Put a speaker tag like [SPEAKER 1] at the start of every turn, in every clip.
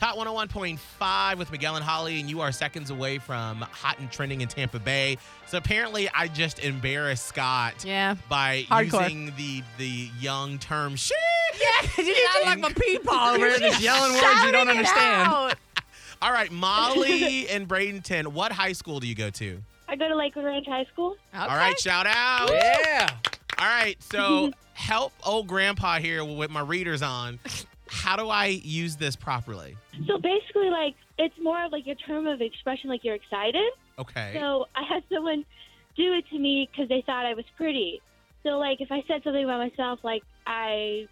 [SPEAKER 1] Hot 101.5 with Miguel and Holly, and you are seconds away from hot and trending in Tampa Bay. So apparently, I just embarrassed Scott
[SPEAKER 2] Yeah.
[SPEAKER 1] by
[SPEAKER 2] Hardcore.
[SPEAKER 1] using the the young term shit.
[SPEAKER 2] Yeah, you sound like my people over
[SPEAKER 3] You're just yelling words you don't understand.
[SPEAKER 1] All right, Molly in Bradenton, what high school do you go to?
[SPEAKER 4] I go to Lakewood Ranch High School.
[SPEAKER 1] All right, shout out.
[SPEAKER 3] Yeah.
[SPEAKER 1] All right, so help old grandpa here with my readers on. How do I use this properly?
[SPEAKER 4] So basically, like, it's more of like your term of expression, like you're excited.
[SPEAKER 1] Okay.
[SPEAKER 4] So I had someone do it to me because they thought I was pretty. So, like, if I said something about myself, like, I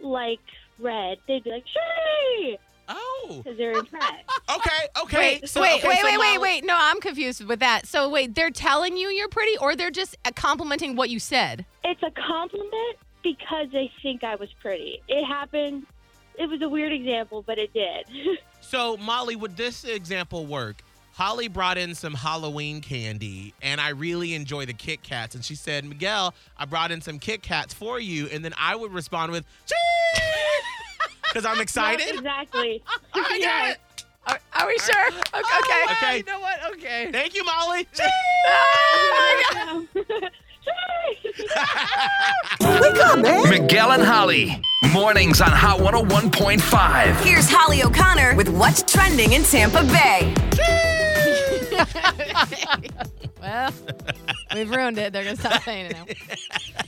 [SPEAKER 4] like red, they'd be like, Shay!
[SPEAKER 1] oh,
[SPEAKER 4] Because they're impressed.
[SPEAKER 1] okay, okay.
[SPEAKER 2] Wait,
[SPEAKER 1] so,
[SPEAKER 2] wait,
[SPEAKER 1] okay,
[SPEAKER 2] wait,
[SPEAKER 1] so
[SPEAKER 2] wait, wait,
[SPEAKER 1] Molly-
[SPEAKER 2] wait. No, I'm confused with that. So wait, they're telling you you're pretty, or they're just uh, complimenting what you said?
[SPEAKER 4] it's a compliment because they think I was pretty. It happened. It was a weird example, but it did.
[SPEAKER 1] So, Molly, would this example work? Holly brought in some Halloween candy, and I really enjoy the Kit Kats. And she said, Miguel, I brought in some Kit Kats for you. And then I would respond with, because I'm
[SPEAKER 4] Yep,
[SPEAKER 1] excited.
[SPEAKER 4] exactly.
[SPEAKER 1] All right, got it.
[SPEAKER 2] Are, are we sure? Okay. okay.
[SPEAKER 1] Okay.
[SPEAKER 3] You know what? Okay.
[SPEAKER 1] Thank you, Molly.
[SPEAKER 5] Miguel and Holly. Mornings on Hot 101.5.
[SPEAKER 6] Here's Holly O'Connor with what's trending in Tampa Bay.
[SPEAKER 2] Well, we've ruined it. They're gonna stop saying it now.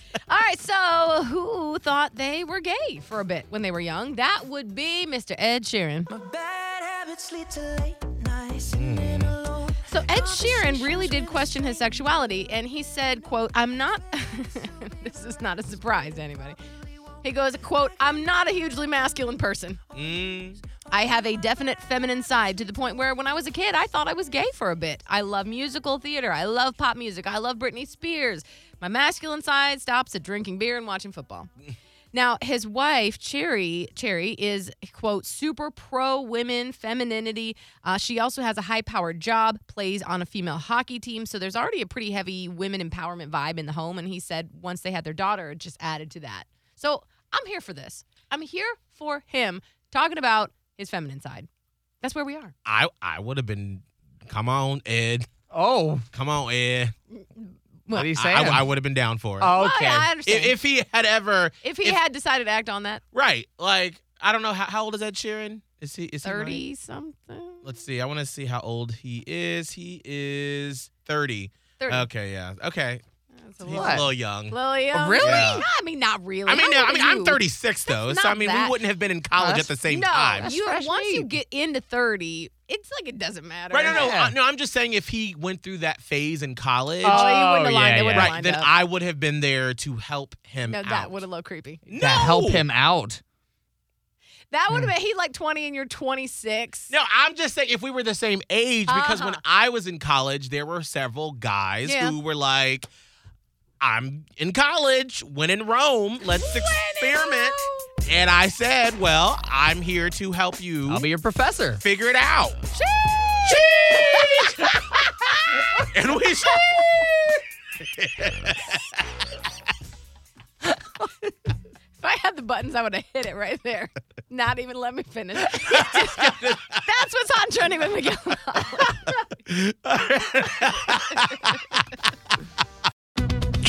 [SPEAKER 2] All right, so who thought they were gay for a bit when they were young? That would be Mr. Ed Sheeran. So Ed Sheeran really did question his sexuality, and he said, "quote I'm not. this is not a surprise to anybody." He goes, "quote I'm not a hugely masculine person.
[SPEAKER 1] Mm,
[SPEAKER 2] I have a definite feminine side to the point where when I was a kid, I thought I was gay for a bit. I love musical theater. I love pop music. I love Britney Spears. My masculine side stops at drinking beer and watching football. Now, his wife, Cherry, Cherry is, quote, super pro women, femininity. Uh, she also has a high powered job, plays on a female hockey team. So there's already a pretty heavy women empowerment vibe in the home. And he said once they had their daughter, it just added to that. So I'm here for this. I'm here for him talking about his feminine side. That's where we are.
[SPEAKER 1] I, I would have been, come on, Ed.
[SPEAKER 3] Oh.
[SPEAKER 1] Come on, Ed.
[SPEAKER 3] What are you saying?
[SPEAKER 1] I, I would have been down for it.
[SPEAKER 3] Oh,
[SPEAKER 2] Well,
[SPEAKER 3] okay.
[SPEAKER 2] yeah, I
[SPEAKER 1] If-
[SPEAKER 2] understand.
[SPEAKER 1] if he had ever
[SPEAKER 2] If he
[SPEAKER 1] if-
[SPEAKER 2] had decided to act on that,
[SPEAKER 1] Right. Like I don't know how, how old is Ed Sheeran? Is he is he
[SPEAKER 2] 30
[SPEAKER 1] right?
[SPEAKER 2] something.
[SPEAKER 1] Let's see. I want to see how old he is. He is 30.
[SPEAKER 2] 30.
[SPEAKER 1] Okay, yeah. Okay.
[SPEAKER 2] That's a
[SPEAKER 1] uh, He's a
[SPEAKER 2] little,
[SPEAKER 3] What?
[SPEAKER 1] little young.
[SPEAKER 2] young.
[SPEAKER 3] Really?
[SPEAKER 1] Yeah.
[SPEAKER 2] No, I mean, not really.
[SPEAKER 1] I mean,
[SPEAKER 2] How
[SPEAKER 1] no,
[SPEAKER 2] old
[SPEAKER 1] I
[SPEAKER 2] are
[SPEAKER 1] mean, I'm
[SPEAKER 2] you?
[SPEAKER 1] 36 though.
[SPEAKER 2] That's
[SPEAKER 1] So I
[SPEAKER 2] not
[SPEAKER 1] mean,
[SPEAKER 2] that-
[SPEAKER 1] we wouldn't have been in college
[SPEAKER 3] that's-
[SPEAKER 1] at the same
[SPEAKER 2] no,
[SPEAKER 1] time.
[SPEAKER 2] you
[SPEAKER 3] fresh
[SPEAKER 2] once you
[SPEAKER 3] meat.
[SPEAKER 2] get into 30, it's like it doesn't matter.
[SPEAKER 1] Right, no, no,
[SPEAKER 3] Yeah.
[SPEAKER 1] uh, no. I'm just saying, if he went through that phase in college,
[SPEAKER 2] Oh, you wouldn't
[SPEAKER 3] Oh,
[SPEAKER 2] have lined,
[SPEAKER 3] yeah,
[SPEAKER 2] they wouldn't
[SPEAKER 3] yeah.
[SPEAKER 2] have
[SPEAKER 1] right,
[SPEAKER 2] lined
[SPEAKER 1] then
[SPEAKER 2] up.
[SPEAKER 1] I would have been there to help him
[SPEAKER 2] no,
[SPEAKER 1] out.
[SPEAKER 2] that would have looked creepy.
[SPEAKER 1] no!
[SPEAKER 3] to help him out.
[SPEAKER 2] That would have been he like 20 and you're 26.
[SPEAKER 1] mm. No, I'm just saying if we were the same age, because when
[SPEAKER 2] Uh-huh.
[SPEAKER 1] I was in college, there were several guys
[SPEAKER 2] Yeah.
[SPEAKER 1] who were like, I'm in college, when in Rome, let's experiment. And I said, Well, I'm here to help you
[SPEAKER 3] I'll be your professor.
[SPEAKER 1] figure it out. Cheese! and we
[SPEAKER 2] If I had the buttons, I would have hit it right there. Not even let me finish. Just go. That's what's on trending with Miguel.